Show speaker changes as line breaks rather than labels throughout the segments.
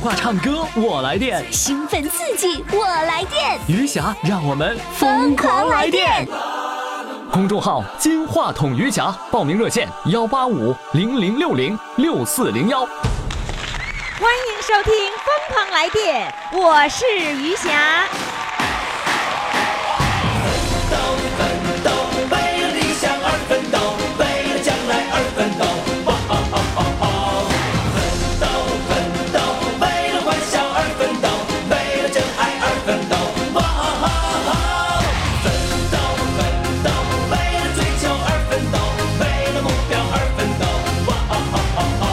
话唱歌我来电，
兴奋刺激，我来电，
余霞让我们
疯狂来电！
公众号“金话筒余霞”，报名热线：幺八五零零六零六四零幺。
欢迎收听《疯狂来电》，我是余霞。
奋斗，奋斗，为了理想而奋斗，为了将来而奋斗，哇哦哦哦哦！奋斗，奋斗，为了欢笑而奋斗，为了真爱而奋斗，哇哦哦哦！奋斗，奋斗，为了追求而奋斗，为了目标而奋斗，哇哦哦哦哦！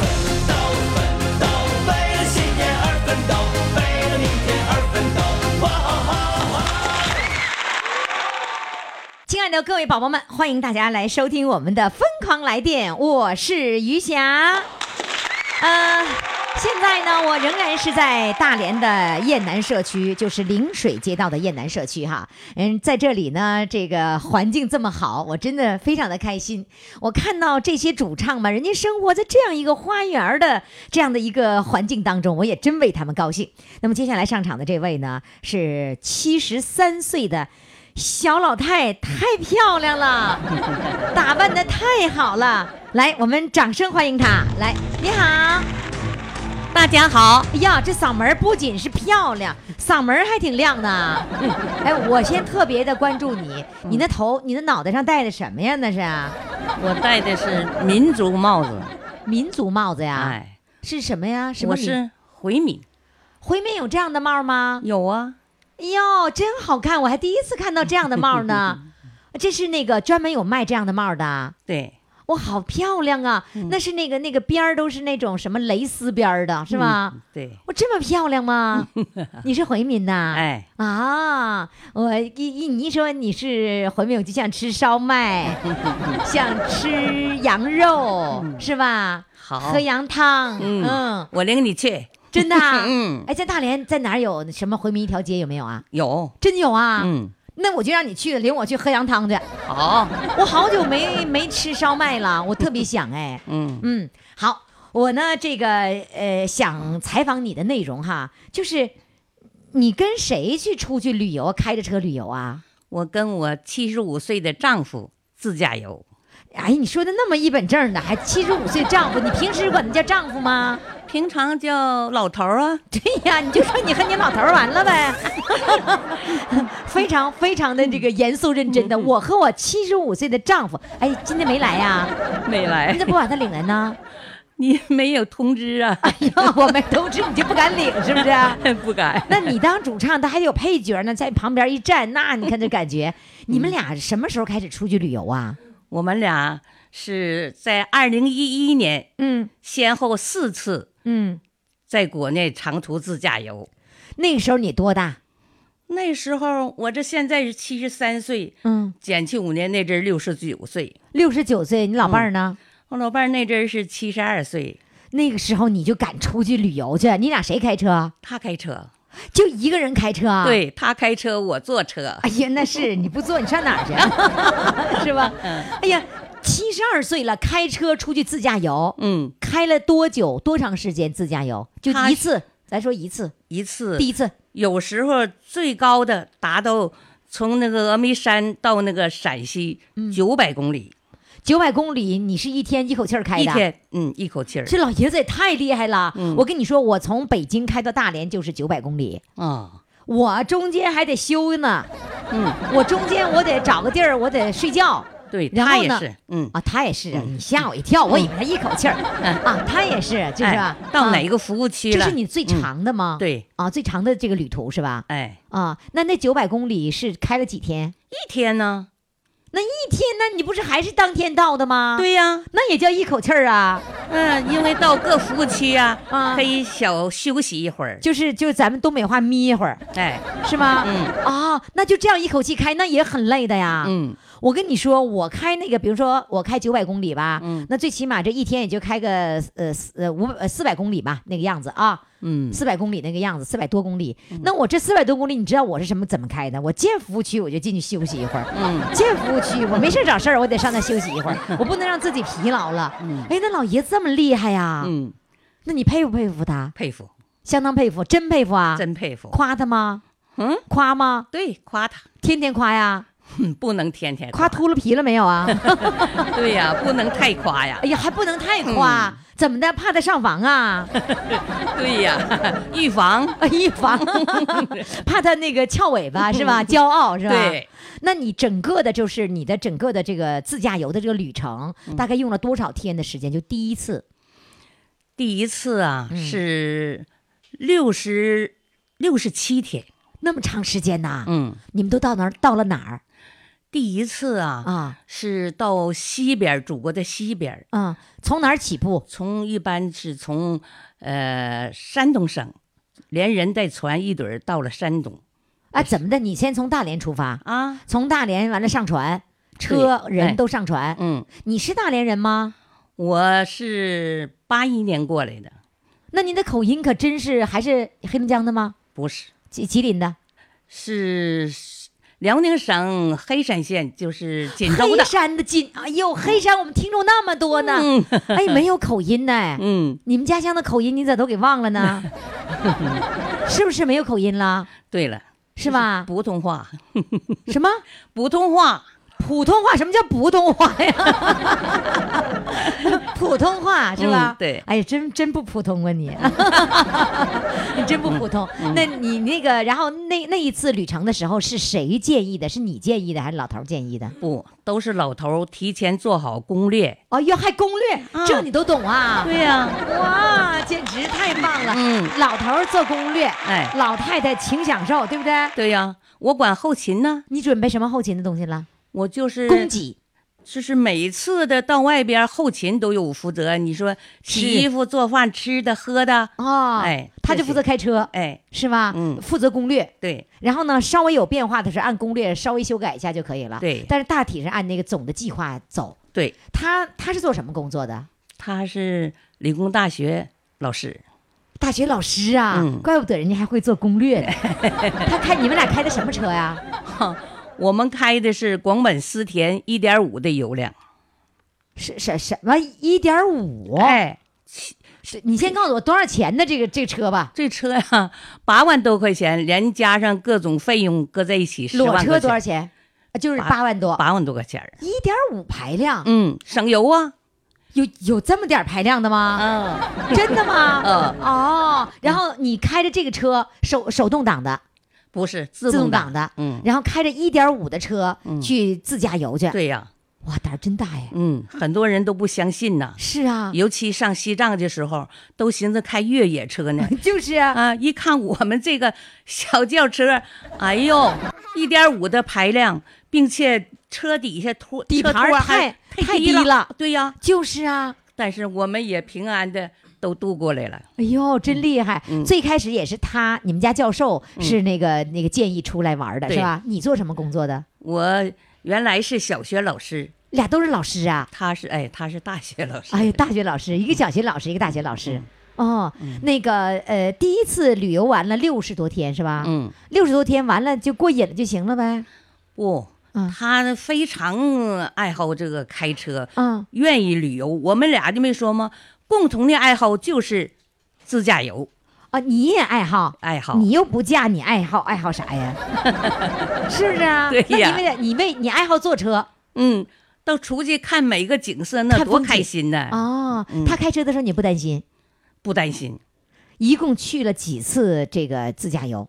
奋斗，奋斗，为了信念而奋斗，为了明天而奋斗，哇哦哦哦！
亲爱的各位宝宝们，欢迎大家来收听我们的《疯狂来电》，我是余霞。呃，现在呢，我仍然是在大连的雁南社区，就是陵水街道的雁南社区哈。嗯，在这里呢，这个环境这么好，我真的非常的开心。我看到这些主唱们，人家生活在这样一个花园儿的这样的一个环境当中，我也真为他们高兴。那么接下来上场的这位呢，是七十三岁的。小老太太漂亮了，打扮的太好了，来，我们掌声欢迎她。来，你好，大家好。哎呀，这嗓门儿不仅是漂亮，嗓门儿还挺亮的。 哎，我先特别的关注你，
嗯
你那头，你那脑袋上戴的什么呀？那是啊
我戴的是民族帽子，
民族帽子呀？
哎，
是什么呀？啊什么
我
民？
是回民，
回民有这样的帽吗？
有啊，
哎呦，真好看！我还第一次看到这样的帽 呢。这是那个专门有卖这样的帽的啊。
对，
哇，好漂亮啊！
嗯
那是那个那个边儿都是那种什么蕾丝边儿的，是吧？
嗯？对，
我这么漂亮 吗？你是回民呐？
哎，
啊，我一一你一说你是回民，我就想吃烧麦，想吃羊肉，是吧？
嗯好
喝羊汤，
嗯
嗯，
我领你去，
真的啊。
嗯
哎，在大连在哪儿有什么回民一条街有没有啊？
有，
真有啊。
嗯，
那我就让你去，领我去喝羊汤去。
好，
我好久没没吃烧麦了，我特别想哎。
嗯，
嗯，好，我呢这个呃想采访你的内容哈，就是你跟谁去出去旅游，开着车旅游啊？
我跟我七十五岁的丈夫自驾游，
哎，你说的那么一本正的，还七十五岁丈夫，你平时管他叫丈夫吗？
平常叫老头儿啊，
对呀，你就说你和你老头儿完了呗， 非常非常的这个严肃认真的。我和我七十五岁的丈夫，哎，今天没来呀？
没
你
来，
怎么不把他领来呢？
你没有通知啊？
哎呀，我没通知你就不敢领，是不是？
不敢，
那你当主唱，他还有配角呢，在旁边一站，那你看这感觉，你们俩什么时候开始出去旅游啊？
我们俩是在二零一一年
嗯
先后四次
嗯，
在国内长途自驾游。
那个时候你多大？
那时候我这现在是七十三岁，
嗯，
减去五年那阵六十九岁，
六十九岁，你老伴儿呢？
我老伴儿那阵儿是七十二岁，
那个时候你就敢出去旅游去？你俩谁开车？
他开车，
就一个人开车啊？。
对他开车，我坐车，
哎呀，那是你不坐，你上哪儿去？是吧？
嗯
哎呀，七十二岁了，开车出去自驾游，
嗯，
开了多久？多长时间自驾游？就
他嗯
一次，咱说一次，
一次
第一次。
有时候最高的达到从那个峨眉山到那个陕西
嗯
九百公里，
九百公里，你是一天一口气儿开的？
一天，嗯，一口气儿，
这老爷子也太厉害了！
嗯
我跟你说，我从北京开到大连就是九百公里，
啊，
我中间还得休呢。
嗯，
我中间我得找个地儿，我得睡觉。
对
然
他
后
也
呢
是，嗯，
啊，他也是，你吓我一跳，我以为他一口气 儿。啊，他也是，就是、
哎到哪
个、
个服务区
这
了？嗯
是你最长的吗？。
对，
啊，最长的这个旅途是吧？
哎，
啊，那那九百公里是开了几天？
一天呢？
那一天，那你不是还是当天到的吗？，
对呀，
那也叫一口气儿啊。
嗯，因为到各服务区啊，
啊
可以小休息一会儿，
就是就是咱们东北话眯一会儿，
哎，
是吗？
嗯
啊，那就这样一口气开，那也很累的呀。
嗯，
我跟你说，我开那个，比如说我开九百公里吧，
嗯
那最起码这一天也就开个呃四呃五呃四百公里吧，那个样子啊，
嗯，
四百公里那个样子，四百多公里。那我这四百多公里，你知道我是什么怎么开的？我进服务区我就进去休息一会儿，
嗯，
进服务区我没事找事 儿，我得上那休息一会儿，我不能让自己疲劳了。哎，那老爷子这么厉害呀？
嗯，
那你佩不佩服他？
佩服，
相当佩服，真佩服啊！
真佩服。
夸他吗？
嗯，
夸吗？
对，夸他，
天天夸呀？
哼不能天天
夸秃噜皮了没有 啊？
对呀、不能太夸呀
哎。呀，还不能太
嗯
夸，怎么的？怕他上房啊？
对呀、 预防。
哎呀， 防，怕他那个翘尾巴是吧？骄傲是吧？
对，
那你整个的就是你的整个的这个自驾游的这个旅程，
嗯
大概用了多少天的时间？就第一次
第一次啊、是六十六十七天，
那么长时间呐？
嗯，
你们都到哪儿？到了哪儿
第一次啊
啊？
是到西边儿，祖国的西边儿，
嗯，从哪儿起步？
从一般是从呃山东省，连人带船一怼儿到了山东
啊，怎么的？你先从大连出发，
啊，
从大连完了上船，车
对
人
哎
都上船。
嗯，
你是大连人吗？
我是八一年过来的，
那您的口音可真是还是黑龙江的吗？
不是
吉吉林的，
是辽宁省黑山县，就是锦州
黑
的，
山的金，哎呦，黑山我们听众那么多呢，
嗯
哎，没有口音呢。哎
嗯，
你们家乡的口音你咋都给忘了 呢？是不是没有口音了？
对了，
是吧？
普通话，
什么
普通话，
普通话？什么叫普通话 呀？普通话是吧
嗯？对
哎呀，真真不普通啊 你，你真不普通。
嗯
那你那个，然后那那一次旅程的时候是谁建议的？是你建议的还是老头儿建议的？
不都是老头儿提前做好攻略？
哦，哟，还攻略，这你都懂啊？
嗯对呀、
哇，简直太棒了！
嗯
老头儿做攻略，
哎
老太太请享受，对不对？
对呀、我管后勤呢，
你准备什么后勤的东西了？
我就是
供给
就是每次的到外边后勤都有负责，你说洗衣服、做饭、吃的、喝的，
哦，
哎
他就
这些
负责开车，
哎，
是吧？
嗯
负责攻略。
对
然后呢，稍微有变化的是按攻略稍微修改一下就可以了。
对
但是大体是按那个总的计划走。
对，
他他是做什么工作的？
他是理工大学老师，
大学老师啊，
嗯
怪不得人家还会做攻略 呢。他开你们俩开的什么车呀？
我们开的是广本思田一点五的油量，
是什什么一点五？
哎，
是你先告诉我多少钱的这个这车吧？
这车呀、八万多块钱，连加上各种费用搁在一起，十
裸
万
车
块
多少钱？
钱，
啊就是
八
八万多，
八万多块钱儿，
一点五排量，
嗯，省油啊，
有有这么点儿排量的吗？
嗯，
真的吗？
嗯
哦，然后你开着这个车，手手动挡的，
不是自
自动挡
挡
的，
嗯，
然后开着一点五的车去自驾游去，
对呀、
哇，胆儿真大呀！
嗯，很多人都不相信呐。
是啊，
尤其上西藏的时候，都寻思开越野 车呢。
就是啊，
啊，一看我们这个小轿 车，哎呦，一点五的排量，并且车底下托
底
车
盘儿
托
太
还
太低
了。
了
对呀、
就是啊，
但是我们也平安的都度过来了。
哎呦，
嗯
真厉害！最开始也是他，你们家教授是那个那个建议出来玩的，
对
是吧？你做什么工作的？
我原来是小学老师，
俩都是老师啊。
他是哎，他是嗯大学老师。
哎呀，大学老师，一个小学老师，一个大学老师。哦，那个呃，第一次旅游完了六十多天是吧？
嗯，
六十多天完了就过瘾了就行了呗。
不
嗯，
哦他非常爱好这个开车，
嗯，
愿意旅游。我们俩就没说吗？共同的爱好就是自驾游
啊，你也爱好，
爱好。
你又不嫁，你爱好爱好啥呀？ 是不是啊？
对
那
呀
因为你为你爱好坐车
嗯，到出去看每个景色，那
看
多
风景
开心呢！
哦，他开车的时候你不担心？
不担心。
一共去了几次这个自驾游？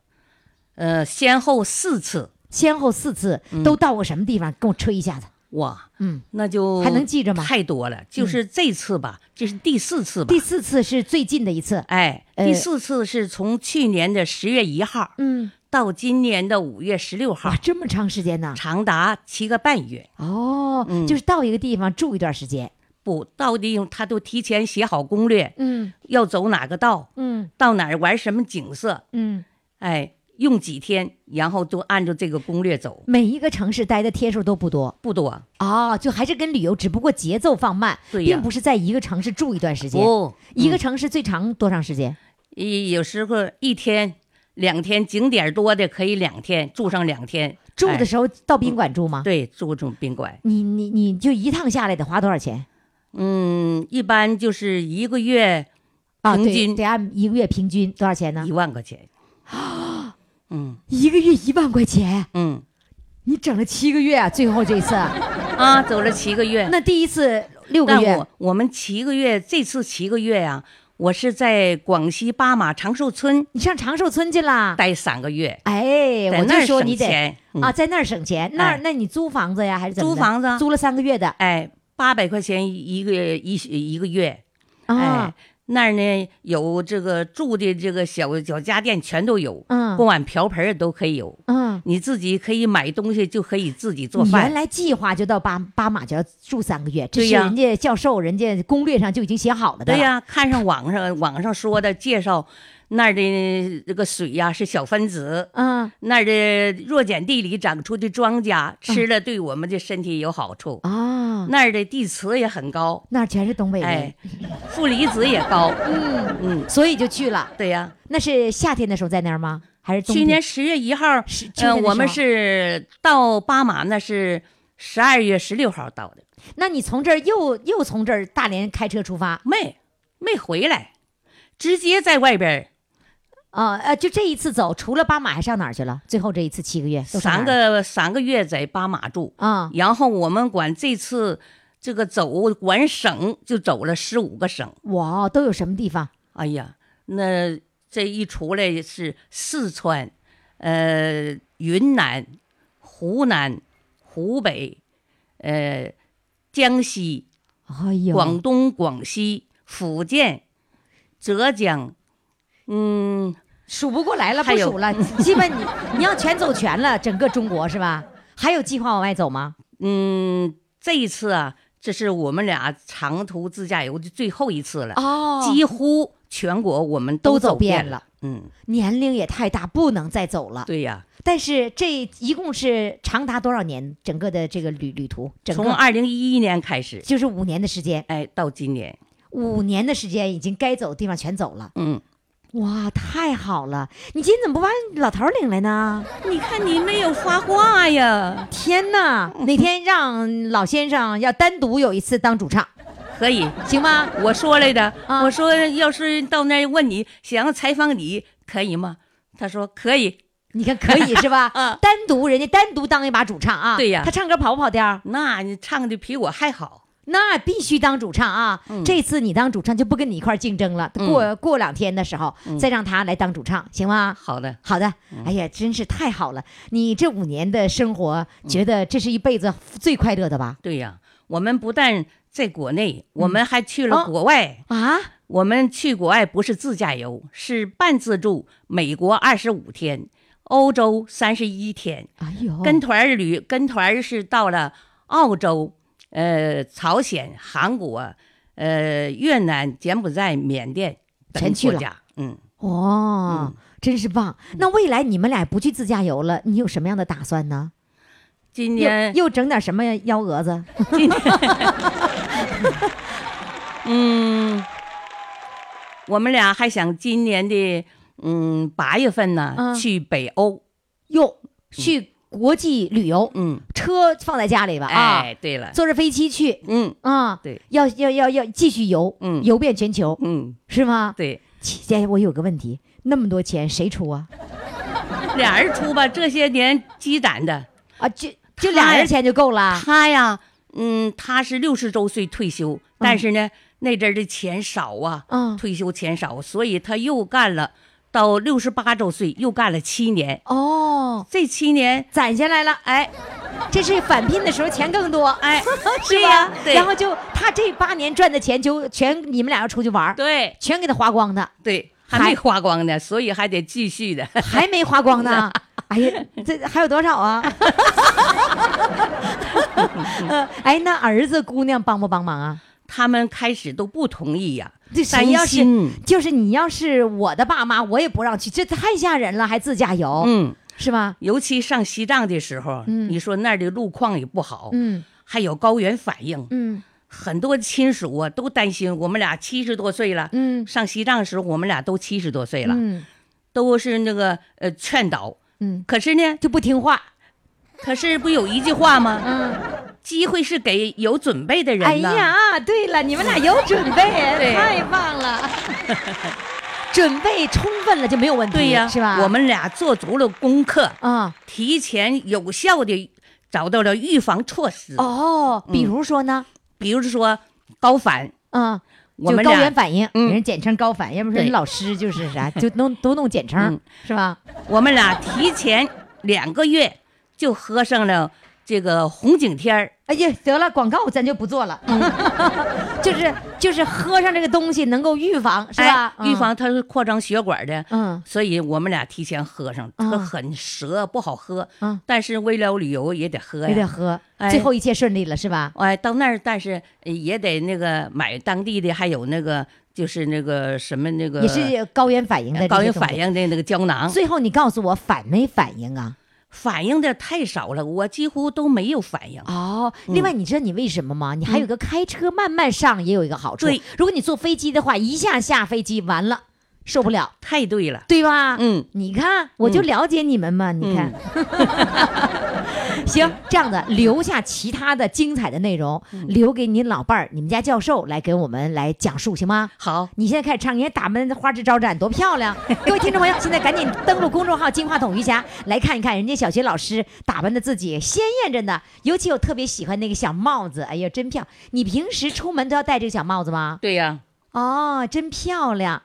呃，先后四次，
先后四次，都到过什么地方？跟我吹一下子。
哇，
嗯，
那就
还能记着吗嗯
太多了，就是这次吧，这是第四次吧。
第四次是最近的一次。
哎，
呃
第四次是从去年的十月一号
嗯，
到今年的五月十六号
哇，，啊这么长时间呢？
长达七个半月。
哦，就是到一个地方住一段时间。
不，到底用他都提前写好攻略，
嗯
要走哪个道，
嗯
到哪儿玩什么景色，
嗯，
哎，用几天，然后都按照这个攻略走，
每一个城市待的天数都不多。
不多。
哦，就还是跟旅游，只不过节奏放慢，
对呀
并不是在一个城市住一段时间。
不，嗯
一个城市最长多长时间？
一有时候一天、两天，景点多的可以两天住上两天，
住的
哎
时候到宾馆住吗？
对住住宾馆，
你你你就一趟下来得花多少钱？
嗯，一般就是一个月
啊，
平
对
均
得按一个月平均多少钱呢
一？万 块钱。嗯
一个月一万块钱，
嗯
你整了七个月啊，最后这 一次，
啊，走了七个月。
那第一次六个
但
月
我，我们七个月，这次七个月呀、我是在广西巴马长寿村
你上长寿村去啦？
待三个月，
哎，
在
我
那
就
儿
说
省
你得
钱嗯
啊，在那儿省钱，那儿
哎
那你租房子呀，还是怎么的？
租房子啊
租了三个月的
哎，八百块钱一个一一个月，哎
啊，，
那儿呢有这个住的这个小小家电全都有，
嗯
锅碗瓢盆儿都可以有，
嗯，
你自己可以买东西就可以自己做
你
饭
原。来计划就到巴巴马就要住三个月，这
对
是
呀
人家教授人家攻略上就已经写好了的。
对呀、看上网上网上说的介绍那儿的这个水呀、是小分子，
嗯
那儿的弱碱地里长出的庄稼吃了对我们的身体有好处，
啊，
那儿的地磁也很高，
那儿全是东北人，
哦哎，负离子也高，
嗯，
嗯，
所以就去了。
对呀、
那是夏天的时候在那儿吗？还是冬
去
天
年十月一号，
是去
呃，
年的
我们
时候
是到巴马那是十二月十六号到的，
那你从这儿又又从这儿大连开车出发
没没回来，直接在外边儿
啊？呃，就这一次走，除了巴马还上哪儿去了？最后这一次七个月，都上
三
哪儿了
个三个月在巴马住，
啊，
然后我们管这次这个走管省就走了十五个省，
哇，都有什么地方？
哎呀，那这一出来是四川，呃，云南、湖南、湖北，呃，江西、
哎呦，
广东、广西、福建、浙江，嗯，
数不过来了，
还
不
有
数了，基本你 你要全走全了，整个中国是吧？还有计划往外走吗？
嗯，这一次啊，这是我们俩长途自驾游的最后一次了，
哦
几乎全国我们
都走
走
遍
遍
了。啊
嗯，
年龄也太大，不能再走了。
对呀，
但是这一共是长达多少年？整个的这个旅旅途，整
从
个
二零一一年开始，
就是五年的时间，
哎，到今年，
五年的时间已经该走的地方全走了。
嗯，
哇，太好了！你今天怎么不把老头儿领来呢？
你看你没有发话呀？
天 哪，哪天让老先生要单独有一次当主唱，
可以，
行吗？
我说来的，
啊
我说要是到那儿问你想要采访你，可以吗？他说可以，
你看可以是吧？
啊
单独人家单独当一把主唱啊。
对呀
他唱歌跑不跑调儿？
那你唱的比我还好。
那必须当主唱啊！这次你当主唱就不跟你一块儿竞争了。过、过两天的时候、再让他来当主唱，行吗？
好的，
好的，哎呀，真是太好了！你这五年的生活，觉得这是一辈子最快乐的吧？
对呀，我们不但在国内，我们还去
啊
了国外。
啊，
我们去国外不是自驾游，是半自助，美国二十五天，欧洲三十一天。
哎呦，
跟团儿旅跟团儿是到了澳洲、呃朝鲜、韩国、呃越南、柬埔寨、缅甸等
全去
国
了
家。嗯，
哇、嗯真是棒！那未来你们俩不去自驾游了，你有什么样的打算呢？
今
又
年
又整点什么幺蛾子？
嗯，我们俩还想今年的嗯八月份呢、
嗯
去北欧。
哟，去国际旅游，
嗯，
车放在家里吧啊，
哎，对了，
坐着飞机去
嗯
啊，
对，
要要要要继续游，
嗯
游遍全球
嗯，
是吗？
对，
期间我有个问题，那么多钱谁出啊？
俩人出吧，这些年积攒的。
啊，就就俩人钱就够了，
他呀，嗯，他是六十周岁退休，但是呢，那阵儿的钱少啊，
嗯
退休钱少，所以他又干了到六十八周岁，又干了七年。
哦，
这七年，
攒下来了，哎，这是返聘的时候钱更多，，
哎
是
对
吧
呀？对
然后就他这八年赚的钱就全你们俩要出去玩儿，
对
全给他花光的，
对，还没花光呢，所以还得继续的。
还没花光 呢。哎呀，这还有多少啊？ 呃哎，那儿子姑娘帮不帮忙啊？
他们开始都不同意呀、
这
担
谁要是
心
就是你要是我的爸妈，我也不让去，这太吓人了，还自驾游、
嗯，
是吧？
尤其上西藏的时候，你说那儿的路况也不好，
嗯
还有高原反应，
嗯
很多亲属啊都担心，我们俩七十多岁了，
嗯
上西藏的时候我们俩都七十多岁了，
嗯
都是那个呃劝导，
嗯，
可是呢，
就不听话。
可是不有一句话吗？
嗯，
机会是给有准备的
哎
人呐。
呀，对了，你们俩有准备，
对
太棒了。 准备充分了就没有问题，
对呀、
是吧？
我们俩做足了功课，
啊、
提前有效的找到了预防措施，
哦，
嗯
比如说呢，
比如说高反，
嗯，
我
就
们
高
俩
原反应，
嗯
人简称高反，要不是
对
人老师就是啥，就弄都弄简称、
嗯
是吧？
我们俩提前两个月就喝上了这个红景天儿，
哎呀，得了，广告咱就不做了， 就是就是喝上这个东西能够预防是吧？
哎预防它是扩张血管的，
嗯
所以我们俩提前喝上，
嗯
它很涩，不好喝，
嗯
但是为了旅游也得喝
嗯，有点
呀。
喝，
哎
最后一切顺利了是吧？
哎，到那儿，但是呃也得那个买当地的，还有那个就是那个什么那个呃
也是高原反应的
高原
这些东
反
西。
应的那个胶囊，
最后你告诉我反没反应啊？
反应的太少了，我几乎都没有反应。
哦，另外你知道你为什么吗？你还有一个开车慢慢上也有一个好处。
对，
如果你坐飞机的话，一下下飞机完了受不了，
太对了，
对吧？
嗯，
你看我就了解你们嘛，你看。 行，这样的留下其他的精彩的内容，留给您老伴儿、你们家教授来给我们来讲述，行吗？
好，
你现在开始唱，人家打扮花枝招展，多漂亮！各位听众朋友，现在赶紧登录公众号“金话筒瑜伽”来看一看，人家小学老师打扮的自己鲜艳着呢。尤其我特别喜欢那个小帽子，哎呀，真漂亮！你平时出门都要戴这个小帽子吗？
对呀、
哦，真漂亮！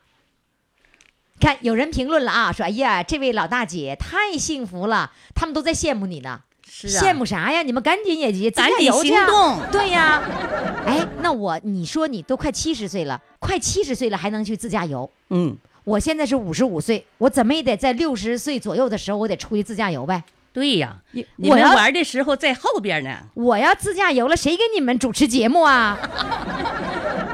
看有人评论了啊，说哎呀，这位老大姐太幸福了，他们都在羡慕你呢。
是
啊
啊
羡慕啥呀？你们赶紧也也
赶
加
紧
油去啊
行动
对呀、哎，那我你说你都快七十岁了，快七十岁了还能去自驾游？
嗯，
我现在是五十五岁，我怎么也得在六十岁左右的时候，我得出去自驾游呗。
对呀、
你
你
我
们
要
玩的时候在后边呢，
我要自驾游了，谁给你们主持节目啊？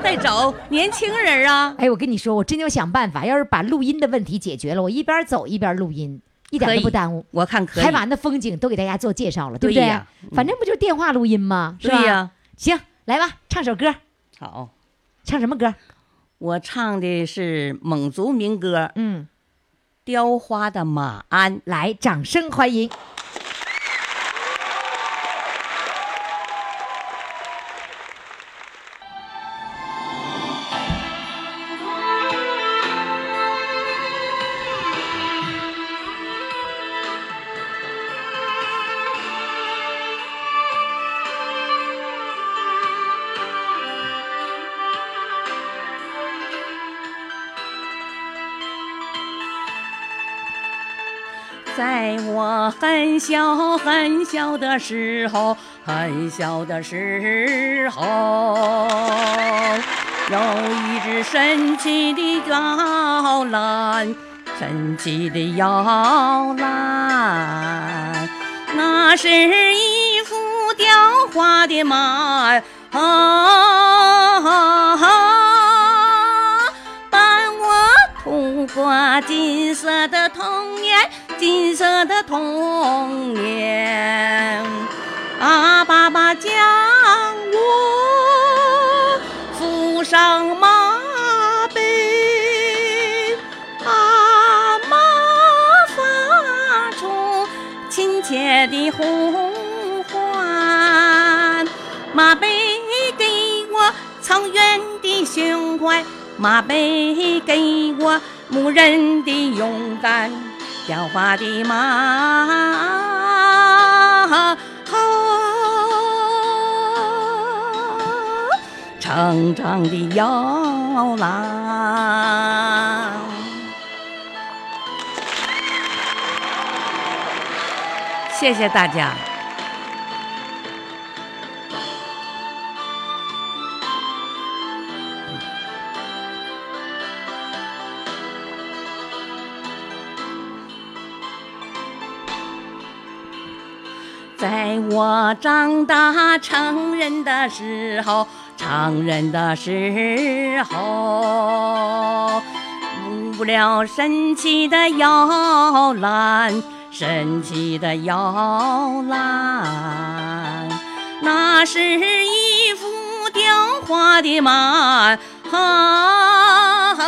再找年轻人啊，
哎，我跟你说，我真要想办法，要是把录音的问题解决了，我一边走一边录音，一点
可以
都不耽误，
我看可以，
还把那风景都给大家做介绍了，对不
对
对
呀？
反正不就是电话录音吗？是
对
吧？
呀、
行，来吧，唱首歌，
好，
唱什么歌？
我唱的是蒙族民歌《
嗯，
雕花的马鞍》。
来，掌声欢迎。
在我很小很小的时候，很小的时候，有一只神奇的摇篮，神奇的摇篮，那是一副雕花的马儿啊伴我度过金色的童年，金色的童年。啊，爸爸将我扶上马背，啊，妈发出亲切的呼唤，马背给我草原的胸怀，马背给我牧人的勇敢，雕花的马。长长的摇篮。谢谢大家。在我长大成人的时候，成人的时候，无聊神奇的摇篮，神奇的摇篮，那是一幅雕花的马儿。啊啊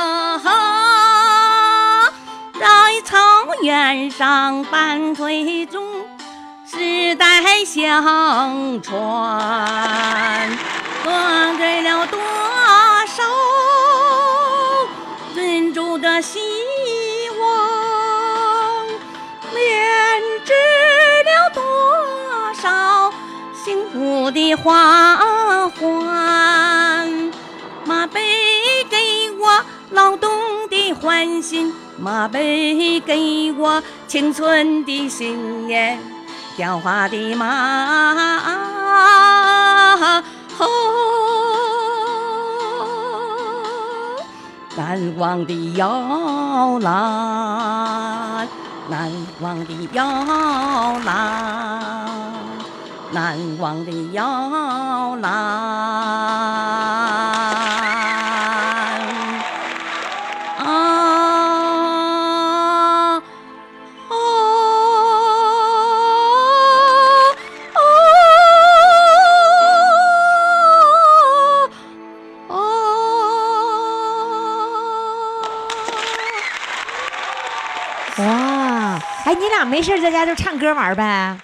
啊在草原上伴随着世代相传，灌溉了多少最那希望编织了多少幸福的花环？马背给我劳动的欢欣，马背给我青春的信念，雕花的马。难忘的摇篮，难忘的摇篮，难忘的摇篮。啊啊啊啊！
哇，哎，你俩没事儿在家就唱歌玩儿呗。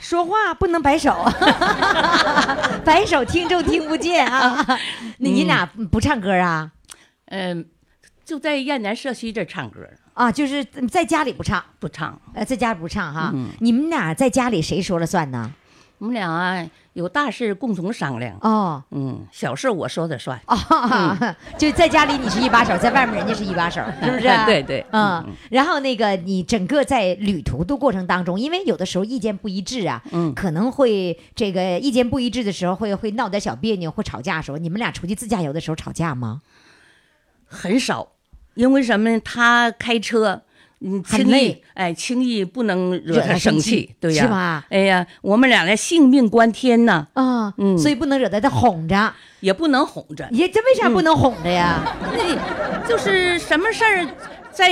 说话不能摆 手，摆手听众听不见啊。那你俩不唱歌啊？
嗯，就在燕南社区这儿唱歌，
啊，就是在家里不唱，
不唱。
呃，在家不唱哈。
嗯
你们俩在家里谁说了算呢？
我们俩啊，有大事共同商量。
哦
嗯，小事我说的算。？
哦，就在家里你是一把手，在外面人家是一把手，是不是 啊
对对嗯
嗯。然后那个你整个在旅途的过程当中，因为有的时候意见不一致啊，
嗯
可能会这个意见不一致的时候会会闹点小别扭，会吵架的时候，你们俩出去自驾游的时候吵架吗？
很少，因为什么呢？他开车，你
很
轻易
累
哎，轻易不能惹
惹他
他
生
生
气
气，对呀、
是吧
哎呀，我们俩的性命关天呐，
啊，
嗯
所以不能惹他，他哄着。
也不能哄着，
你这为啥不
嗯
能哄着 呀？
那就是什么事儿，在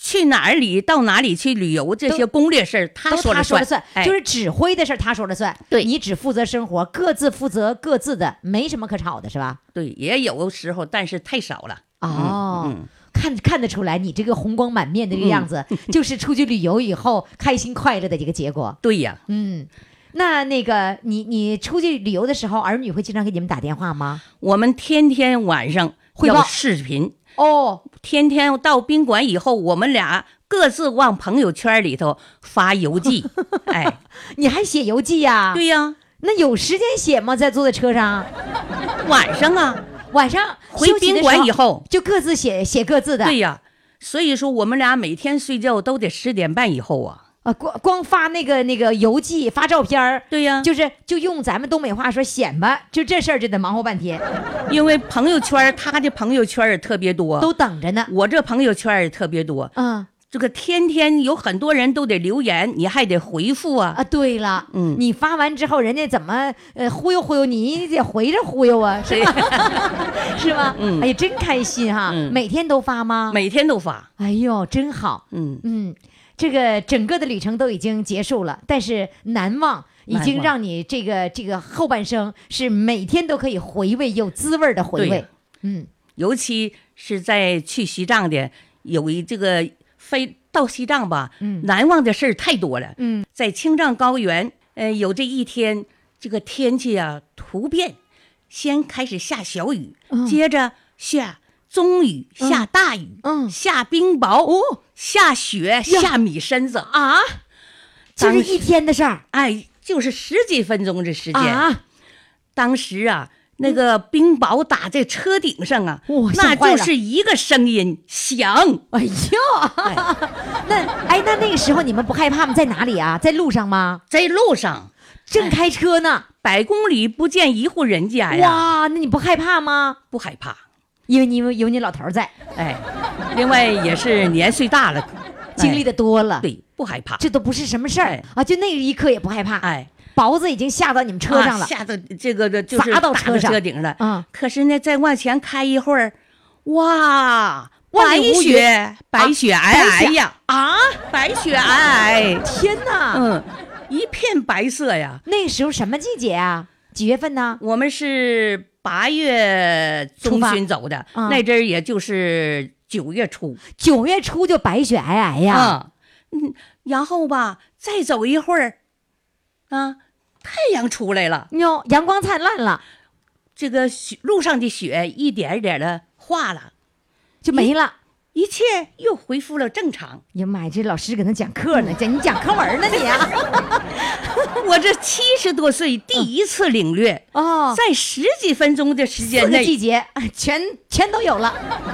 去哪儿里到哪里去旅游这些攻略事儿，他
都
说
他
了
说
算，
了算，
哎、
就是指挥的事儿他说了算。
对
你只负责生活，各自负责各自的，没什么可吵的，是吧？
对，也有时候，但是太少了。
哦，
嗯
看看得出来，你这个红光满面的这个样子，就是出去旅游以后开心快乐的一个结果。
对呀，
嗯，那那个你你出去旅游的时候，儿女会经常给你们打电话吗？
我们天天晚上
汇
要
报
视频，
哦，
天天到宾馆以后，我们俩各自往朋友圈里头发 邮寄。哎，
你还写游记呀、
对呀，
那有时间写吗？在坐在车上，
晚上啊，
晚上
回
休息的
宾
时
馆
候
以后，
就各自写写各自的。
对呀，所以说我们俩每天睡觉都得十点半以后啊。
啊，光光发那个那个邮寄发照片儿，
对呀，
就是就用咱们东北话说显摆，就这事儿就得忙活半天，
哦因为朋友圈儿，他的朋友圈儿也特别多，
都等着呢。
我这朋友圈儿也特别多。
嗯
这个天天有很多人都得留言，你还得回复 啊。
啊，对了，
嗯
你发完之后，人家怎么呃忽悠忽悠你，你得回着忽悠啊，是吧？ 是吧？
嗯
哎呀，真开心哈！
嗯
每天都发吗？
每天都发，
哎呦，真好。
嗯，
嗯，这个整个的旅程都已经结束了，但是难忘已
难
经
忘
让你这个这个后半生是每天都可以回味有滋味儿的回
对
味。嗯，
尤其是在去西藏的，有一这个飞到西藏吧，
嗯
难忘的事儿太多了。
嗯，
在青藏高原，呃，有这一天，这个天气啊突变，先开始下小雨，接着下中雨，下大雨，
嗯
下冰雹，哦，下雪，下米身子啊，
就是
当时
一天的事儿
哎，就是十几分钟这时间。
啊。
当时啊，那个冰雹打在车顶上啊，
嗯哇
那
吓坏
就
了
是一个声音响。
哎呦， 那哎，那那个时候你们不害怕吗？在哪里啊？在路上吗？
在路上，哎
正开车呢。
百公里不见一户人家呀，
哇，那你不害怕吗？
不害怕。
因为你有有你老头儿在，
哎，另外也是年岁大了，
经历的多了，
哎对不害怕。
这都不是什么事儿
哎
啊！就那一刻也不害怕。
哎，
雹子已经下到你们车上了
啊，下到这个这就是
砸到
打
车上
车顶了。
嗯
可是呢，再往前开一会儿，哇，
万
白
里无啊云
雪白雪皑皑呀，
啊！
白雪皑皑，
天哪，
嗯，一片白色呀。
那时候什么季节啊？几月份呢？
我们是八月中旬走的，
嗯
那阵儿也就是九月初
九月初就白雪皑皑呀，
啊。嗯，然后吧，再走一会儿，啊，太阳出来了，
哟、阳光灿烂了，
这个雪路上的雪一点一点的化了，
就没了。
一切又恢复了正常。
哎呀妈呀，这老师搁那讲课
嗯
呢，讲你讲课文呢你 啊？
我这七十多岁第一次领略，
哦，
在十几分钟的时
四
间
个
内
季节哎全全都有了，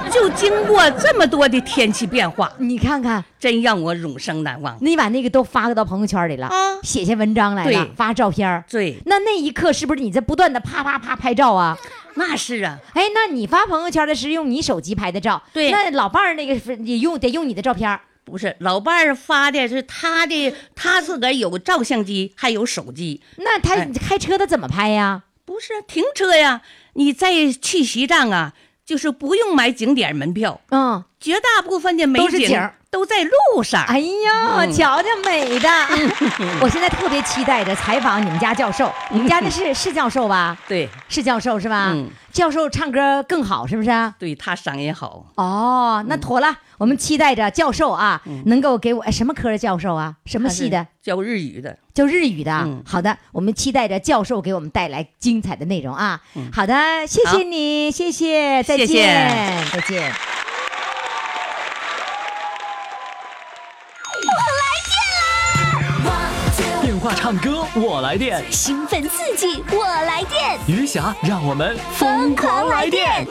就经过这么多的天气变化，
你看看，
真让我永生难忘。
你把那个都发到朋友圈里了，
啊
写下文章来了
对，
发照片儿。
对，
那那一刻是不是你在不断的啪啪啪拍照 啊？
那是啊，
哎，那你发朋友圈的是用你手机拍的照，
对
那老伴儿那个是也用得用你的照片儿
不是老伴儿发的是他的，他自个儿有照相机，还有手机。
那他
哎
开车的怎么拍呀？
不是啊停车呀，你在去西藏啊，就是不用买景点门票，
嗯，
绝大部分的美
都是景
景
儿
都在路上。
哎呀，
嗯
瞧瞧美 的！我现在特别期待着采访你们家教 授，你们家那是是教授吧？
对，
是教授是吧？
嗯
教授唱歌更好是不是？
对他嗓音好，
哦，
嗯
那妥了，我们期待着教授啊，能够给我哎什么科的教授啊，什么系的？
教日语的。
就日语的啊。
嗯
好的，我们期待着教授给我们带来精彩的内容啊。好的，谢
嗯好
谢你，谢谢，再
谢
见，
谢
再见。
电话唱歌我来电，
兴奋刺激，我来电！
余霞让我们疯狂来电。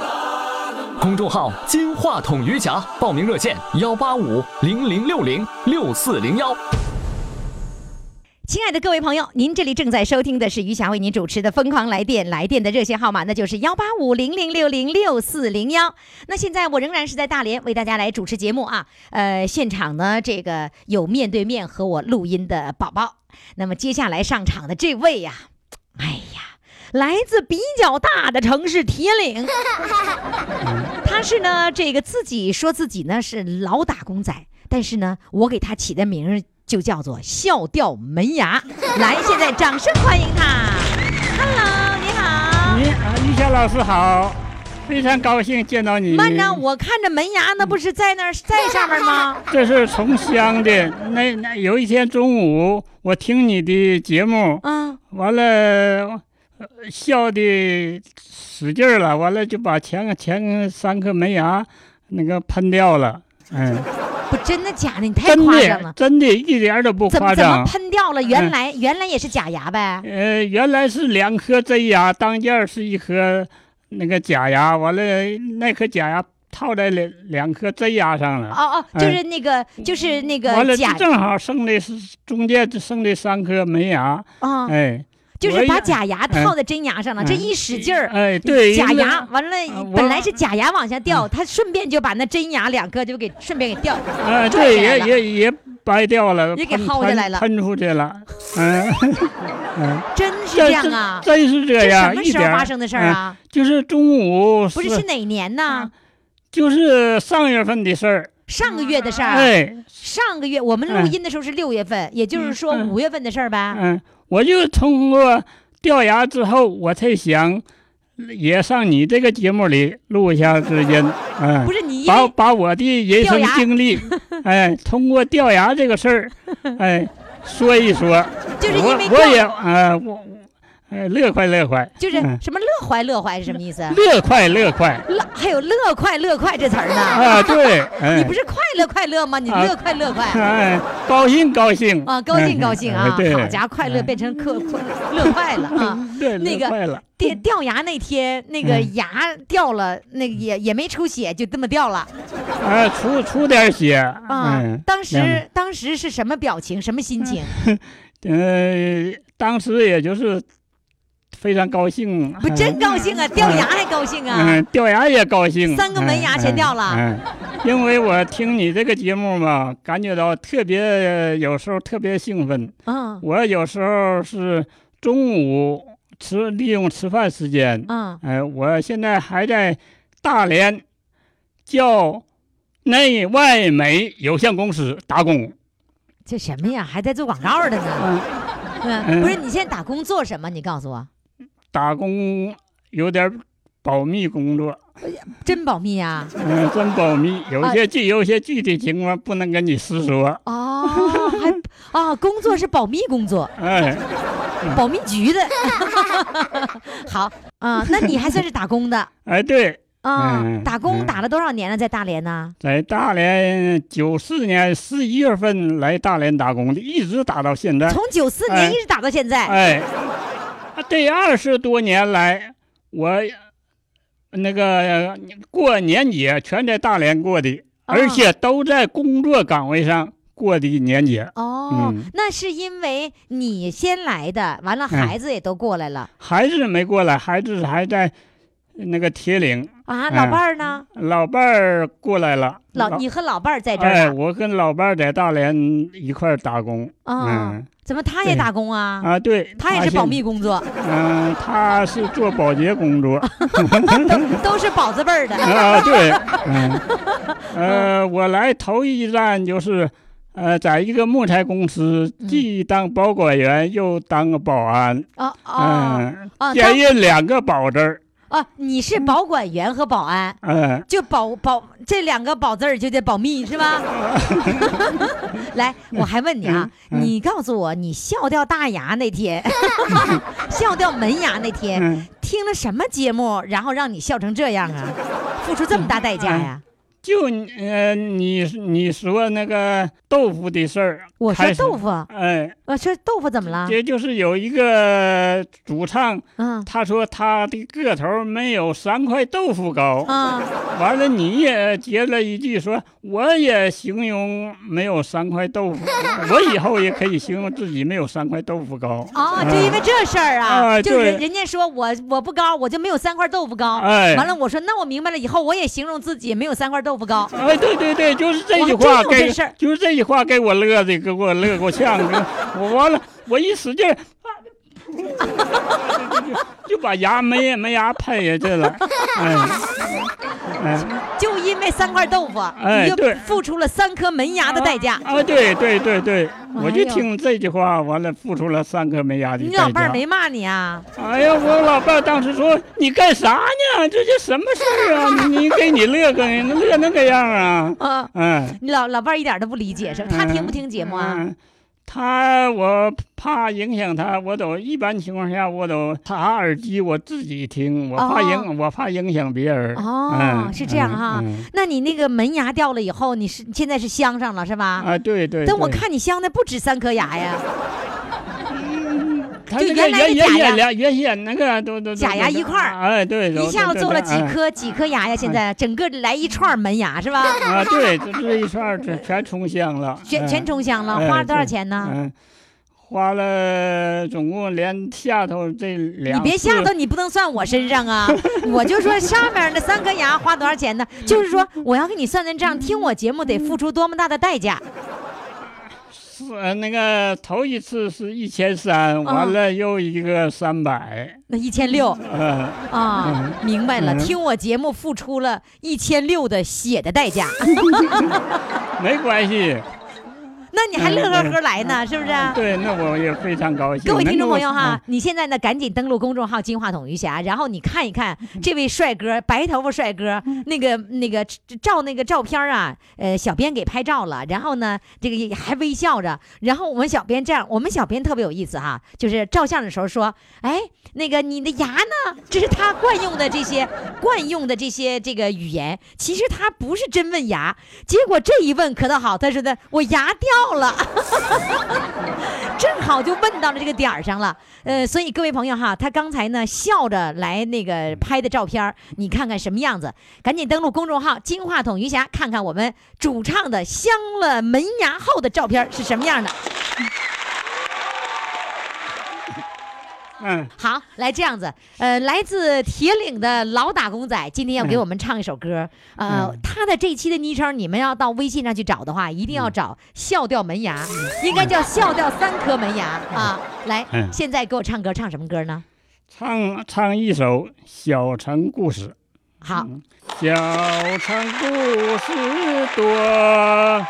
公众号“金话筒余霞”，报名热线：幺八五零零六零六四零幺。
亲爱的各位朋友，您这里正在收听的是余霞为您主持的《疯狂来电》，来电的热线号码那就是幺八五零零六零六四零幺。那现在我仍然是在大连为大家来主持节目啊，呃，现场呢这个有面对面和我录音的宝宝。那么接下来上场的这位呀、哎呀，来自比较大的城市铁岭， 他是呢这个自己说自己呢是老打工仔，但是呢，我给他起的名儿就叫做笑掉门牙。来，现在掌声欢迎他。Hello，你好。
您啊，玉霞老师好，非常高兴见到你。
慢着，我看着门牙，那不是在那儿在上面吗？
这是从乡的。那那有一天中午，我听你的节目，
嗯，
完了呃笑的使劲儿了，完了就把前前三颗门牙那个喷掉了。嗯，
不，真的假的？你太
真
夸张
的
了。
真的一点儿都不
怎么
夸
怎么
张。
喷掉了？原来、原来也是假牙呗？
呃，原来是两颗真牙，当间儿是一颗那个假牙，完了那颗假牙套在两两颗真牙上了。
哦哦，
哎
就是那个、就是那
完
个
了，
假
这正好剩的是中间这剩的三颗门牙，
啊、
哎，
就是把假牙
嗯
套在真牙上了，
嗯
这一使劲儿。
哎，对，
假
因为
牙完了
啊，我
本来是假牙往下掉，他顺便就把那真牙两颗就给顺便给掉。拽
啊，对，
下来
也
了
也也掰掉了，
也给
喷
薅下来了
喷喷出去了，嗯，
真是这样啊？
真真是这
这
样，
什么
一
时候
点儿
发生的事儿？
嗯
啊？
就是中午
不是是哪年呢？
就是上月份的事儿，
上个月的事儿。
哎，
上个月我们录音的时候是六月份，也就是说
嗯嗯
五月份的事儿呗。
嗯，我就通过掉牙之后，我才想也上你这个节目里录一下时间，嗯
不。是你因
把
为
把我的人
掉
生
牙
经历，哎，通过掉牙这个事儿，哎，说一说。
就是因为
我我
掉
也啊，我我哎，乐快乐快，
就是
嗯
什么乐怀乐怀是什么意思？
乐快乐 快
乐还有乐快乐快这词儿呢？
啊，对，
你
哎
不，是快乐快乐吗？你
啊
乐快乐快。
哎，高兴高兴
啊，高兴高兴啊！
哎对，嗯
好家伙，快乐变成 快快乐快了啊！
对，
那个
乐快了，
掉掉牙那天，那个
嗯
牙掉了，那个也也没出血，就这么掉了
啊，出出点血
啊
嗯，！
当
两个
时当时是什么表情，什么心情？
呃，当时也就是非常高兴，
不
哎
真高兴啊，掉牙还高兴啊！
嗯，掉牙也高兴，
三个门牙全掉了
嗯，嗯因为我听你这个节目嘛，感觉到特别，有时候特别兴奋。
嗯
我有时候是中午吃，利用吃饭时间，
嗯，
哎、我现在还在大连叫内外美有限公司打工。
这什么呀？还在做广告的呢？
嗯，
嗯，不是，你现在打工做什么？你告诉我，
打工有点保密工作，
真保密啊呀？
嗯、真保密，有
啊
些具有些具体情况不能跟你实说。
哦，还啊，工作是保密工作，
哎，
保 嗯密局的。好啊，那你还算是打工的。
哎，对，
啊、
嗯
打工
嗯
打了多少年了？在大连呢？
在大连九四年十一月份来大连打工的，一直打到现在。
从九四年
哎
一直打到现在，
哎，这二十多年来，我那个过年节全在大连过的，
啊
而且都在工作岗位上过的年节。
哦，
嗯
那是因为你先来的，完了孩子也都过来了、
孩子没过来，孩子还在那个铁岭。
啊。
哎
老伴儿呢？
老伴儿过来了，
老你和老伴儿在啊这
哎，
儿呢
我跟老伴儿在大连一块儿打工。
啊、
嗯
怎么他也
对
打工啊？
啊，对，
他也是保
现
密工作，
嗯，他是做保洁 工作
都都是宝字辈儿的。
啊，对， 嗯，呃，我来头一站就是，呃，在一个木材公司，
嗯
既当保管员又当个保安，
哦哦
嗯，
哦，
兼
他
任两个保字儿，
哦，你是保管员和保安，
嗯，
就保保这两个保字儿就得保密是 吧？来，我还问你啊，
嗯嗯
你告诉我，你笑掉大牙那天， 笑掉门牙那天，
嗯
听了什么节目，然后让你笑成这样啊？付出这么大代价
嗯
呀？
就你呃，你你说那个豆腐的事儿，
我说
开始
豆腐，啊
哎，
我说豆腐怎么了？
这就是有一个主唱，
嗯
他说他的个头没有三块豆腐高。
啊
完了，你也接了一句说，我也形容没有三块豆腐，我以后也可以形容自己没有三块豆腐啊高。
哦，就因为这事儿啊，
哎
就人
对
人家说我我不高，我就没有三块豆腐高。
哎
完了，我说那我明白了，以后我也形容自己没有三块豆腐高。
哎，对对对，就是这句
哇
话
真有这
给，
事儿
就是这句话给我乐的，给我乐够呛。给我我完了，我一使劲儿，就 把牙没没牙拍下去了。哎，哎，
就因为三块豆腐，
哎
你就
对
付出了三颗门牙的代价。
啊，对对对对，我
哎
就
呦
听这句话，完了付出了三颗没牙的代
你
价。
老伴儿没骂你啊？
哎呀，我老伴儿当时说：“你干啥呢？这这什么事儿啊？你你给你乐个乐那个样啊
嗯，？”
嗯，
你老老伴儿一点都不理解是吧？他听不听节目啊？
嗯他我怕影响他，我都一般情况下我都插耳机我自己听，我怕影、我怕影响别人。
哦
嗯
是这样哈
嗯嗯
那你那个门牙掉了以后，你是你现在是镶上了是吧？
啊，对对。
但我
对
看你镶的不止三颗牙呀，
他
就
那
原
个
来的假
原原
牙
先两原先那个都都都
假牙一块儿
哎，对，
一下
都
子做了几。
都都哎
颗几颗牙呀？现在整个来一串门牙是吧？
啊，对，这这一串儿全全冲香了，
全
嗯
全重镶了，
哎
啊花了多少
对
钱呢？
嗯，花了总共连下头这两，
你别吓到，你不能算我身上 啊！我就说上面那三颗牙花多少钱呢？就是说我要给你算算账，听我节目得付出多么大的代价。
是呃那个头一次是一千
哦
三，完了又一个三百，
那一千六
嗯，
啊，明白了，
嗯
听我节目付出了一千六的血的代价，
没关系，
那你还乐呵呵来
嗯
呢，是不是？啊
对，那我也非常高兴。
各位听众
能够啊
朋友哈，，你现在呢赶紧登录公众号“金话筒余霞”，然后你看一看这位帅哥，白头发帅哥，那个那个照那个照片啊，呃，小编给拍照了，然后呢，这个也还微笑着，然后我们小编这样，我们小编特别有意思哈，就是照相的时候说，哎，那个你的牙呢？这是他惯用的这些 惯用的这些这个语言，其实他不是真问牙，结果这一问可倒好，他说的我牙掉了。正好就问到了这个点儿上了，呃，所以各位朋友哈，他刚才呢笑着来那个拍的照片儿，你看看什么样子？赶紧登录公众号“金话筒余霞”，看看我们主唱的镶了门牙后的照片儿是什么样的。
嗯，
好，来这样子，呃，来自铁岭的老打工仔，今天
嗯
要给我们唱一首歌，呃，他的这期的昵称，你们要到微信上去找的话，一定要
嗯
找“笑掉门牙”，应该叫“笑掉三颗门牙”啊。来，
嗯
现在给我唱歌，唱什么歌呢？
唱唱一首《小城故事》。
好，
小城故事多，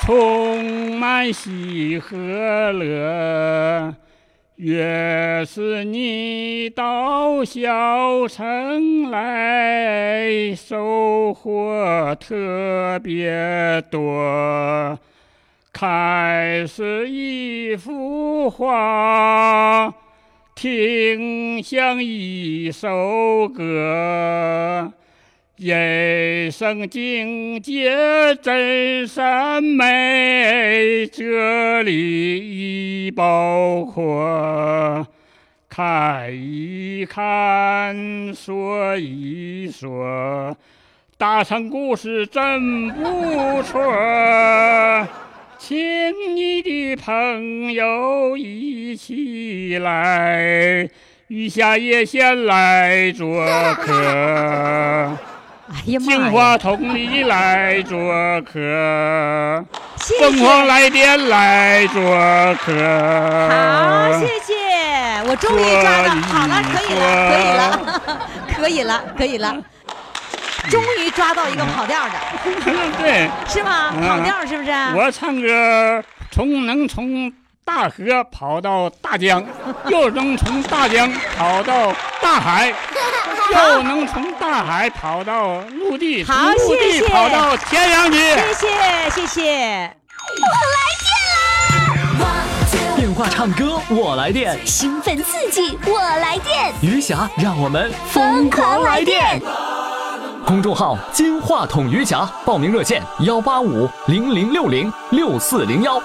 充满喜和乐。越是你到小城来，收获特别多。开始一幅画，听像一首歌。人生境界真善美，这里已包括。看一看，说一说，大成故事真不错。请你的朋友一起来，雨下叶先来做客，
哎呀
金
妈呀！
花筒里来做客，
谢谢
凤凰来电来做客。
好，谢谢，我终于抓到，好了，可以了，可以了， 可以了，可以了，终于抓到一个跑调的，
对。
是吗？
嗯
跑调是不是？啊
我唱歌从能从大河跑到大江， 又能从大江跑到大 海，又能从大海跑到陆地，从
好
陆
谢
地
谢
跑到天上去。
谢谢，谢谢。
电话唱歌我来电，
兴奋刺激，我来电！
余霞让我们疯狂来电。公众号“金话筒余霞”，报名热线：幺八五零零六零六四零幺。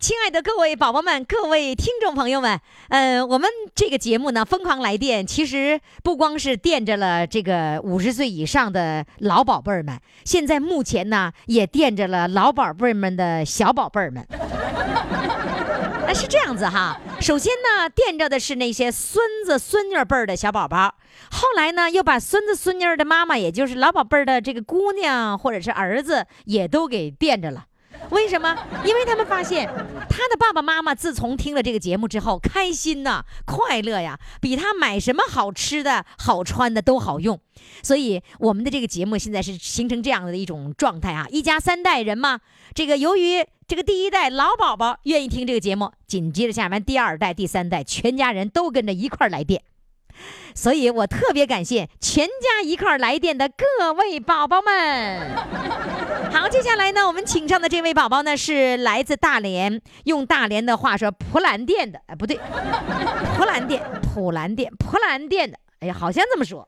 亲爱的各位宝宝们，各位听众朋友们，呃，我们这个节目呢，《疯狂来电》其实不光是惦着了这个五十岁以上的老宝贝儿们，现在目前呢，也惦着了老宝贝儿们的小宝贝儿们。 那是这样子哈，首先呢，惦着的是那些孙子孙女辈儿的小宝宝，后来呢，又把孙子孙女儿的妈妈，也就是老宝贝儿的这个姑娘或者是儿子，也都给惦着了。为什么？因为他们发现，他的爸爸妈妈自从听了这个节目之后，开心呐、快乐呀，比他买什么好吃的、好穿的都好用。所以，我们的这个节目现在是形成这样的一种状态啊，一家三代人嘛。这个由于这个第一代老宝宝愿意听这个节目，紧接着下面第二代、第三代，全家人都跟着一块儿来电。所以我特别感谢全家一块儿来电的各位宝宝们。好，接下来呢，我们请上的这位宝宝呢是来自大连，用大连的话说，普兰店的，哎，不对，普兰店，普兰店，普兰店的，哎呀，好像这么说。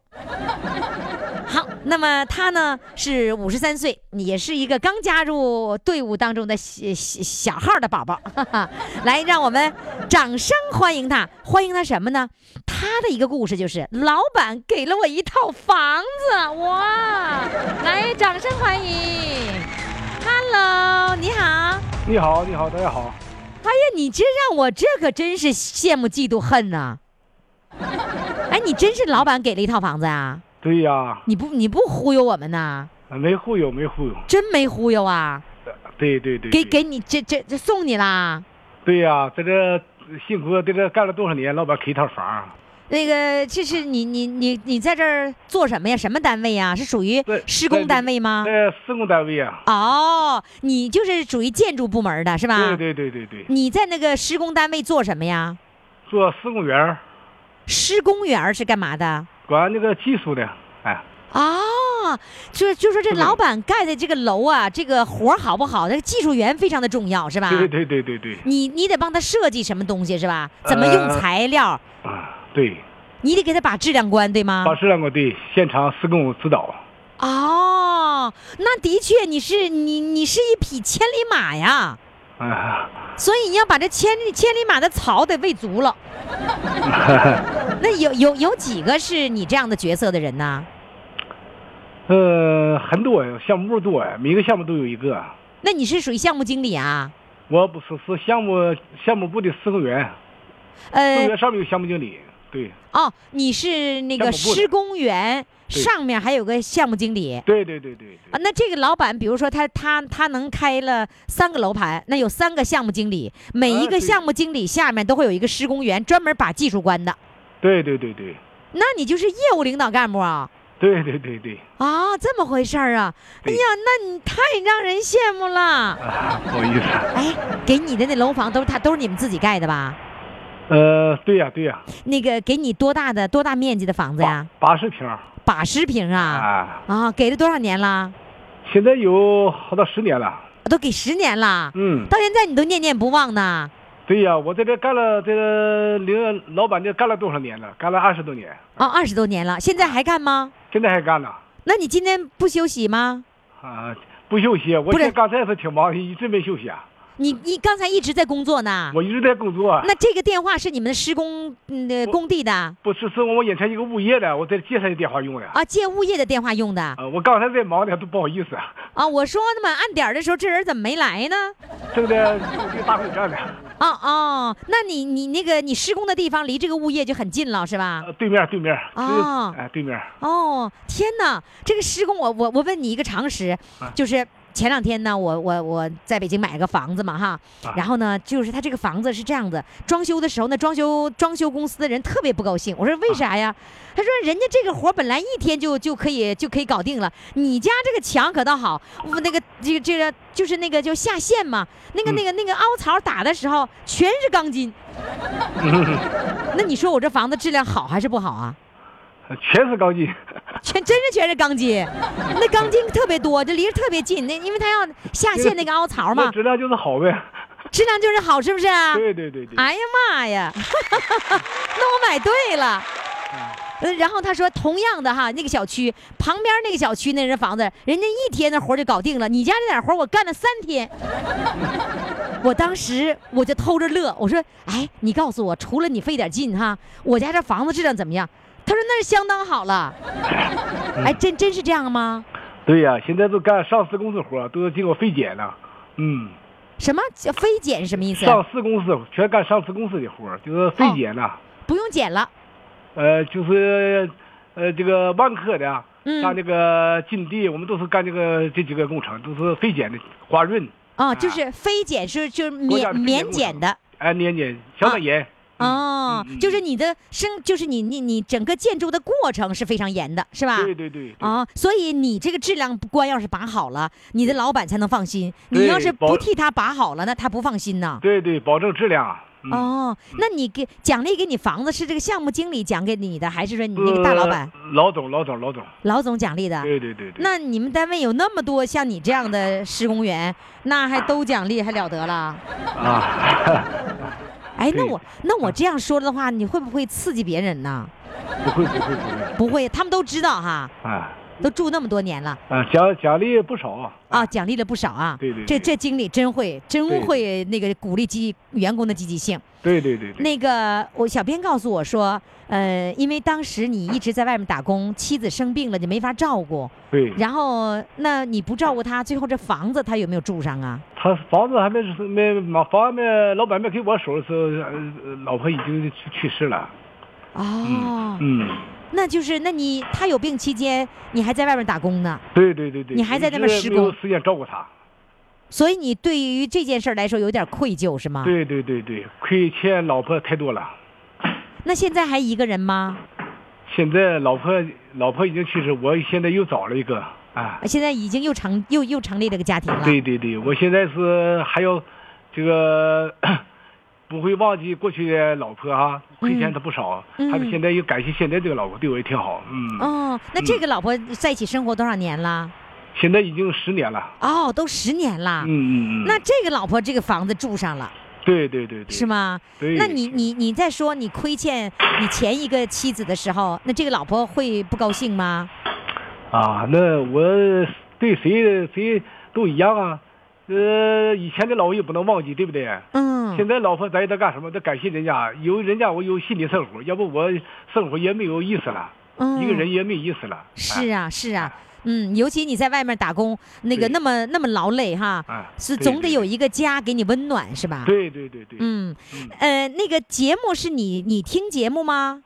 好，那么他呢是五十三岁，也是一个刚加入队伍当中的小小小号的宝宝， 哈哈，来，让我们掌声欢迎他，欢迎他什么呢？他的一个故事就是，老板给了我一套房子，哇！来，掌声欢迎，Hello，你好。
你好，你好，大家好。
哎呀，你这让我这可真是羡慕嫉妒恨呐、哎，你真是老板给了一套房子啊？
对呀，
你不你不忽悠我们呐？
啊没忽悠，没忽悠。呃
真没忽悠啊？
对对对，
给
对
给你这这这送你啦？
对呀，在这辛苦在这干了多少年，老板给一套房，
那个，这是你你你你在这儿做什么呀？什么单位呀？是属于
在
施工单位吗？
在施工单位啊。
哦，你就是属于建筑部门的是吧？
对对对对对，
你在那个施工单位做什么呀？
做施工员儿，
施工员儿是干嘛的？
管那个技术的。哎，
啊，就就说这
是的
老板盖的这个楼啊，这个活儿好不好？这个技术员非常的重要，是吧？
对对对对对，
你你得帮他设计什么东西是吧？怎么用
呃
材料？
啊对，
你得给他把质量关，对吗？
把质量给我对，现场施工指导。
哦，那的确你是你你是一匹千里马呀，
啊，
所以你要把这千里千里马的槽得喂足 了。那有有有几个是你这样的角色的人呢？
呃，很多呀，项目多呀，每个项目都有一个。
那你是属于项目经理啊？
我不是是项目项目部的施工员，施工
呃，
员上面有项目经理。对
哦，你是那
项
个
目部的
施工员，
对
上面还有个项目经理。
对对对对
啊
对，，
那这个老板，比如说他他他能开了三个楼盘，那有三个项目经理，每一
啊
个
对
项目经理下面都会有一个施工员，专门把技术关的。
对对对对。
那你就是业务领导干部啊？
对对对对，
啊，这么回事儿啊！哎
对
呀，那你太让人羡慕了。
啊，不好意思，
哎，给你的那楼房都是他都是你们自己盖的吧？
呃，对呀、对呀、
那个给你多大的多大面积的房子呀？
八十平儿
八十平啊！
啊，
啊，给了多少年了？
现在有好到十年了，
都给十年了，
嗯，
到现在你都念念不忘呢。
对呀、啊，我这边干了这个领老板店干了多少年了？干了二十多年。
哦，二十多年了，现在还干吗？
现在还干呢。
那你今天不休息吗？
啊，不休息，我这刚才是挺忙，一直没休息啊。
你你刚才一直在工作呢？
我一直在工作。
啊
啊
那这个电话是你们施工嗯工地的？
不是，是我眼前一个物业的，我在借他的电话用的。
啊，借物业的电话用的。
啊，我刚才在忙呢，都不好意思。
啊，我说那么按点的时候，这人怎么没来呢？
正在这个大工站呢。
哦哦，那你你那个你施工的地方离这个物业就很近了，是吧？
呃、对面对面。
哦，
哎，对面。
哦，天哪，这个施工我，我我我问你一个常识，啊、就是。前两天呢，我我我在北京买个房子嘛哈，啊、然后呢，就是他这个房子是这样子，装修的时候呢，装修装修公司的人特别不高兴。我说为啥呀？啊、他说人家这个活本来一天就就可以就可以搞定了，你家这个墙可倒好，我那个这个这个就是那个就下线嘛，那个那个那个凹槽打的时候全是钢 筋。嗯、那你说我这房子质量好还是不好啊？
全是钢筋，
全真是全是钢筋，那钢筋特别多，这离着特别近，那因为它要下陷那个凹槽嘛，
质量就是好呗，
质量就是好，是不是啊？
对对对对。
哎呀妈 呀，那我买对了。嗯、然后他说，同样的哈，那个小区旁边那个小区那人房子，人家一天的活就搞定了，你家这点活我干了三 天。我当时我就偷着乐，我说，哎，你告诉我，除了你费点劲哈，我家这房子质量怎么样？他说：“那是相当好了，哎，真真是这样吗？”
对呀、啊，现在都干上市公司活，都是经过非检呢。嗯，
什么非检什么意思？
上市公司全干上市公司的活，就是非检呢、哦，
不用检了。
呃，就是呃，这个万科的、啊，嗯、干这个进地，我们都是干这个这几个工程，都是非检的华润。
哦，啊、就是非检是就是免免检的，
哎，免检
啊
小胆严。
哦，嗯、就是你的生，就是你你你整个建筑的过程是非常严的，是吧？
对对对。
啊、哦，所以你这个质量关要是把好了，你的老板才能放心。你要是不替他把好了，那他不放心呐。
对对，保证质量。嗯、
哦，那你给奖励给你房子是这个项目经理奖给你的，还是说你那个大老板？
呃、老总，老总，老总。
老总奖励的。
对对对对。
那你们单位有那么多像你这样的施工员，那还都奖励还了得了？啊。哎，那我那我这样说的话，你会不会刺激别人
呢？ 不会不会不会，
不会，他们都知道哈。
啊，
都住那么多年了。
啊，奖奖励不少啊。
啊，奖励了不少啊。
对对。
这这经理真会，真会那个鼓励积员工的积极性。
对对对对。
那个我小编告诉我说，呃，因为当时你一直在外面打工，妻子生病了就没法照顾。
对。
然后，那你不照顾他，最后这房子他有没有住上啊？
他房子还没没房还没老板没给我手的时候，呃老婆已经去去世了。
哦，
嗯，
那就是那你他有病期间，你还在外面打工呢？
对对对对，
你还在那边施工，啊
时间照顾他。
所以你对于这件事来说有点愧疚是吗？
对对对对，亏欠老婆太多了。
那现在还一个人吗？
现在老婆老婆已经去世，我现在又找了一个。啊，
现在已经又成又又成立了个家庭了。
对对对，我现在是还要，这个不会忘记过去的老婆啊，亏欠她不少。嗯。还有现在又感谢现在这个老婆对我也挺好，嗯。
哦，那这个老婆在一起生活多少年了？
现在已经十年了。
哦，都十年了。
嗯嗯嗯。
那这个老婆这个房子住上了。
对对对对。
是吗？
对。
那你你你在说你亏欠你前一个妻子的时候，那这个老婆会不高兴吗？
啊，那我对谁谁都一样啊，呃，以前的老也不能忘记，对不对？
嗯。
现在老婆咱也得干什么？得感谢人家，有人家我有心理生活，要不我生活也没有意思了，嗯、一个人也没意思了。哎、
是啊，是啊，嗯，尤其你在外面打工，那个那么那么劳累哈，
啊、
是总得有一个家给你温暖，是吧？
对对对对。
啊嗯，呃，那个节目是你你听节目吗？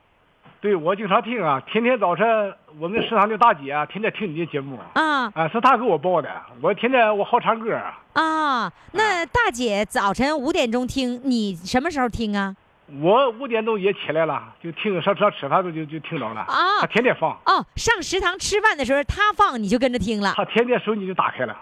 对，我经常听啊，天天早晨我们食堂的大姐啊，天天听你的节目
啊，
啊，是她给我报的，我天天我好唱歌啊。
啊，那大姐早晨五点钟听，你什么时候听啊？
我五点钟也起来了，就听上上吃饭就就就听着了
啊，
她天天放。
哦，上食堂吃饭的时候她放，你就跟着听了。
她天天手机就打开了。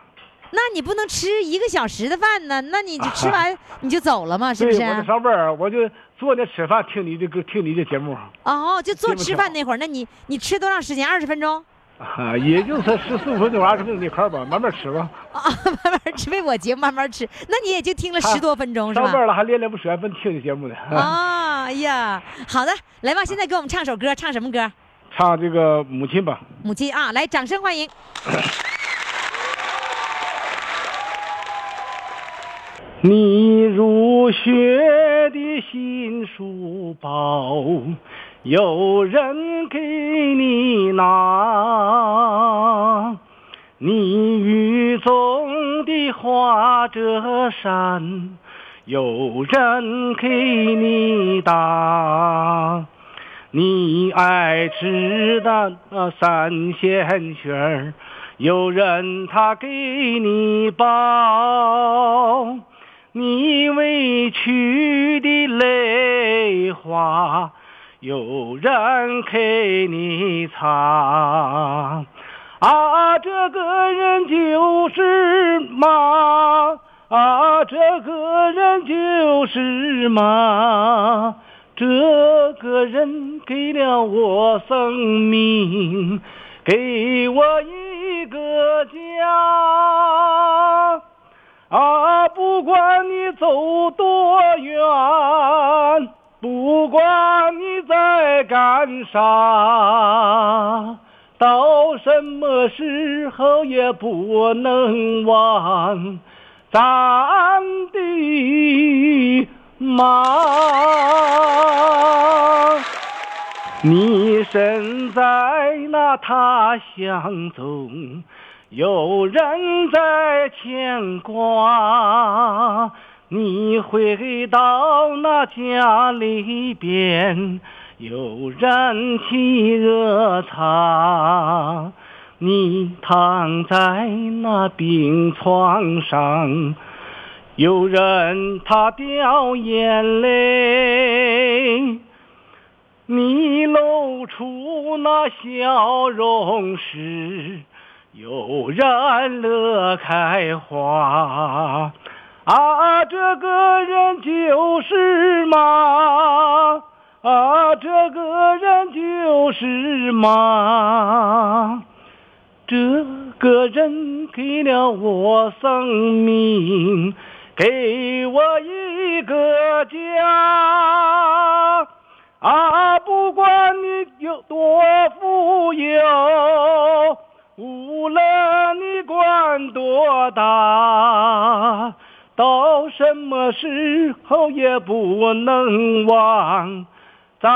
那你不能吃一个小时的饭呢？那你就吃完你就走了嘛，是不是？
啊我得上班，我就坐那吃饭，听你的歌，听你的节目。
哦，就坐吃饭那会儿，那你你吃多长时间？二十分钟？
啊，也就是十四五分钟、二十分钟那块儿吧，慢慢吃吧。
啊， 慢慢吃，被我节目慢慢吃。那你也就听了十多分钟是
上
吧？
班了还恋恋不舍，问听你节目呢。
啊、哎呀，好的，来吧，现在给我们唱首歌，唱什么歌？
唱这个母亲吧，
母亲啊，来，掌声欢迎。
你入学的新书包，有人给你拿；你雨中的花折扇，有人给你打。你爱吃的呃三鲜卷儿，有人他给你包。你委屈的泪花，有人给你擦。啊，这个人就是妈，啊，这个人就是妈，这个人给了我生命，给我一个家。啊，不管你走多远，不管你在干啥，到什么时候也不能忘咱的妈。你身在那他乡中，有人在牵挂。你回到那家里边，有人沏热茶。你躺在那病床上，有人他掉眼泪。你露出那笑容时，有人乐开花。啊，这个人就是妈，啊，这个人就是妈，这个人给了我生命，给我一个家。啊，不管你有多富有，无论你官多大，到什么时候也不能忘咱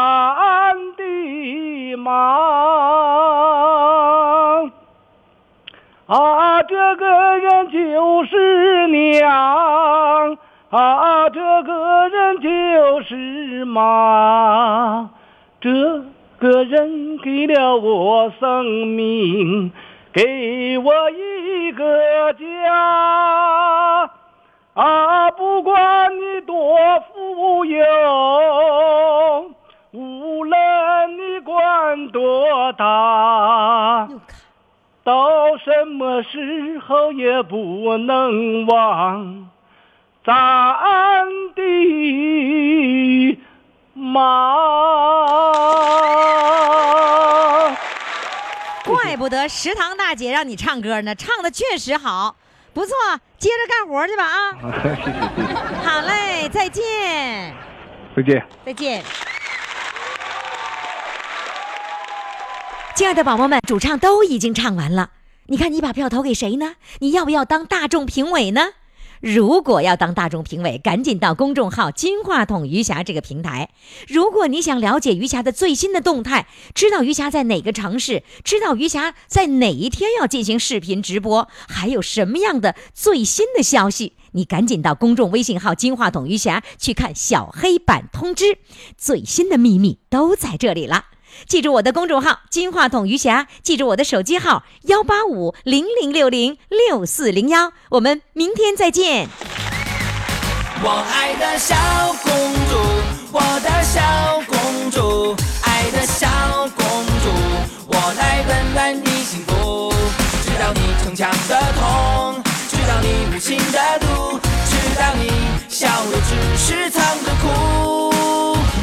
的妈。啊，这个人就是娘，啊，这个人就是妈，这个人给了我生命，给我一个家。啊，不管你多富有，无论你官多大。到什么时候也不能忘咱的妈。
怪不得食堂大姐让你唱歌呢，唱的确实好，不错，接着干活去吧 啊！好嘞，再见，
再见。
再见。亲爱的宝宝们，主唱都已经唱完了，你看你把票投给谁呢？你要不要当大众评委呢？如果要当大众评委，赶紧到公众号“金话筒余霞”这个平台。如果你想了解余霞的最新的动态，知道余霞在哪个城市，知道余霞在哪一天要进行视频直播，还有什么样的最新的消息，你赶紧到公众微信号“金话筒余霞”去看小黑板通知，最新的秘密都在这里了。记住我的公众号“金话筒余霞”，记住我的手机号幺八五零零六零六四零幺。我们明天再见。
我爱的小公主，我的小公主，爱的小公主，我来温暖你幸福。知道你逞强的痛，知道你无情的毒，知道你笑的只是藏着哭。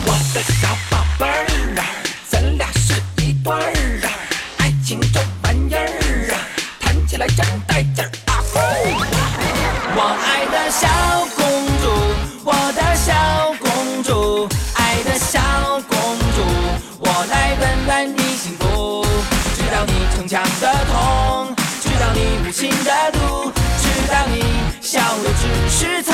我的小宝贝儿啊，咱俩是一对儿啊，爱情这玩真带劲儿啊呼！我爱的小公主，我的小公主，爱的小公主，我来温暖你幸福。知道你逞强的痛，知道你无情的毒，知道你笑的只是。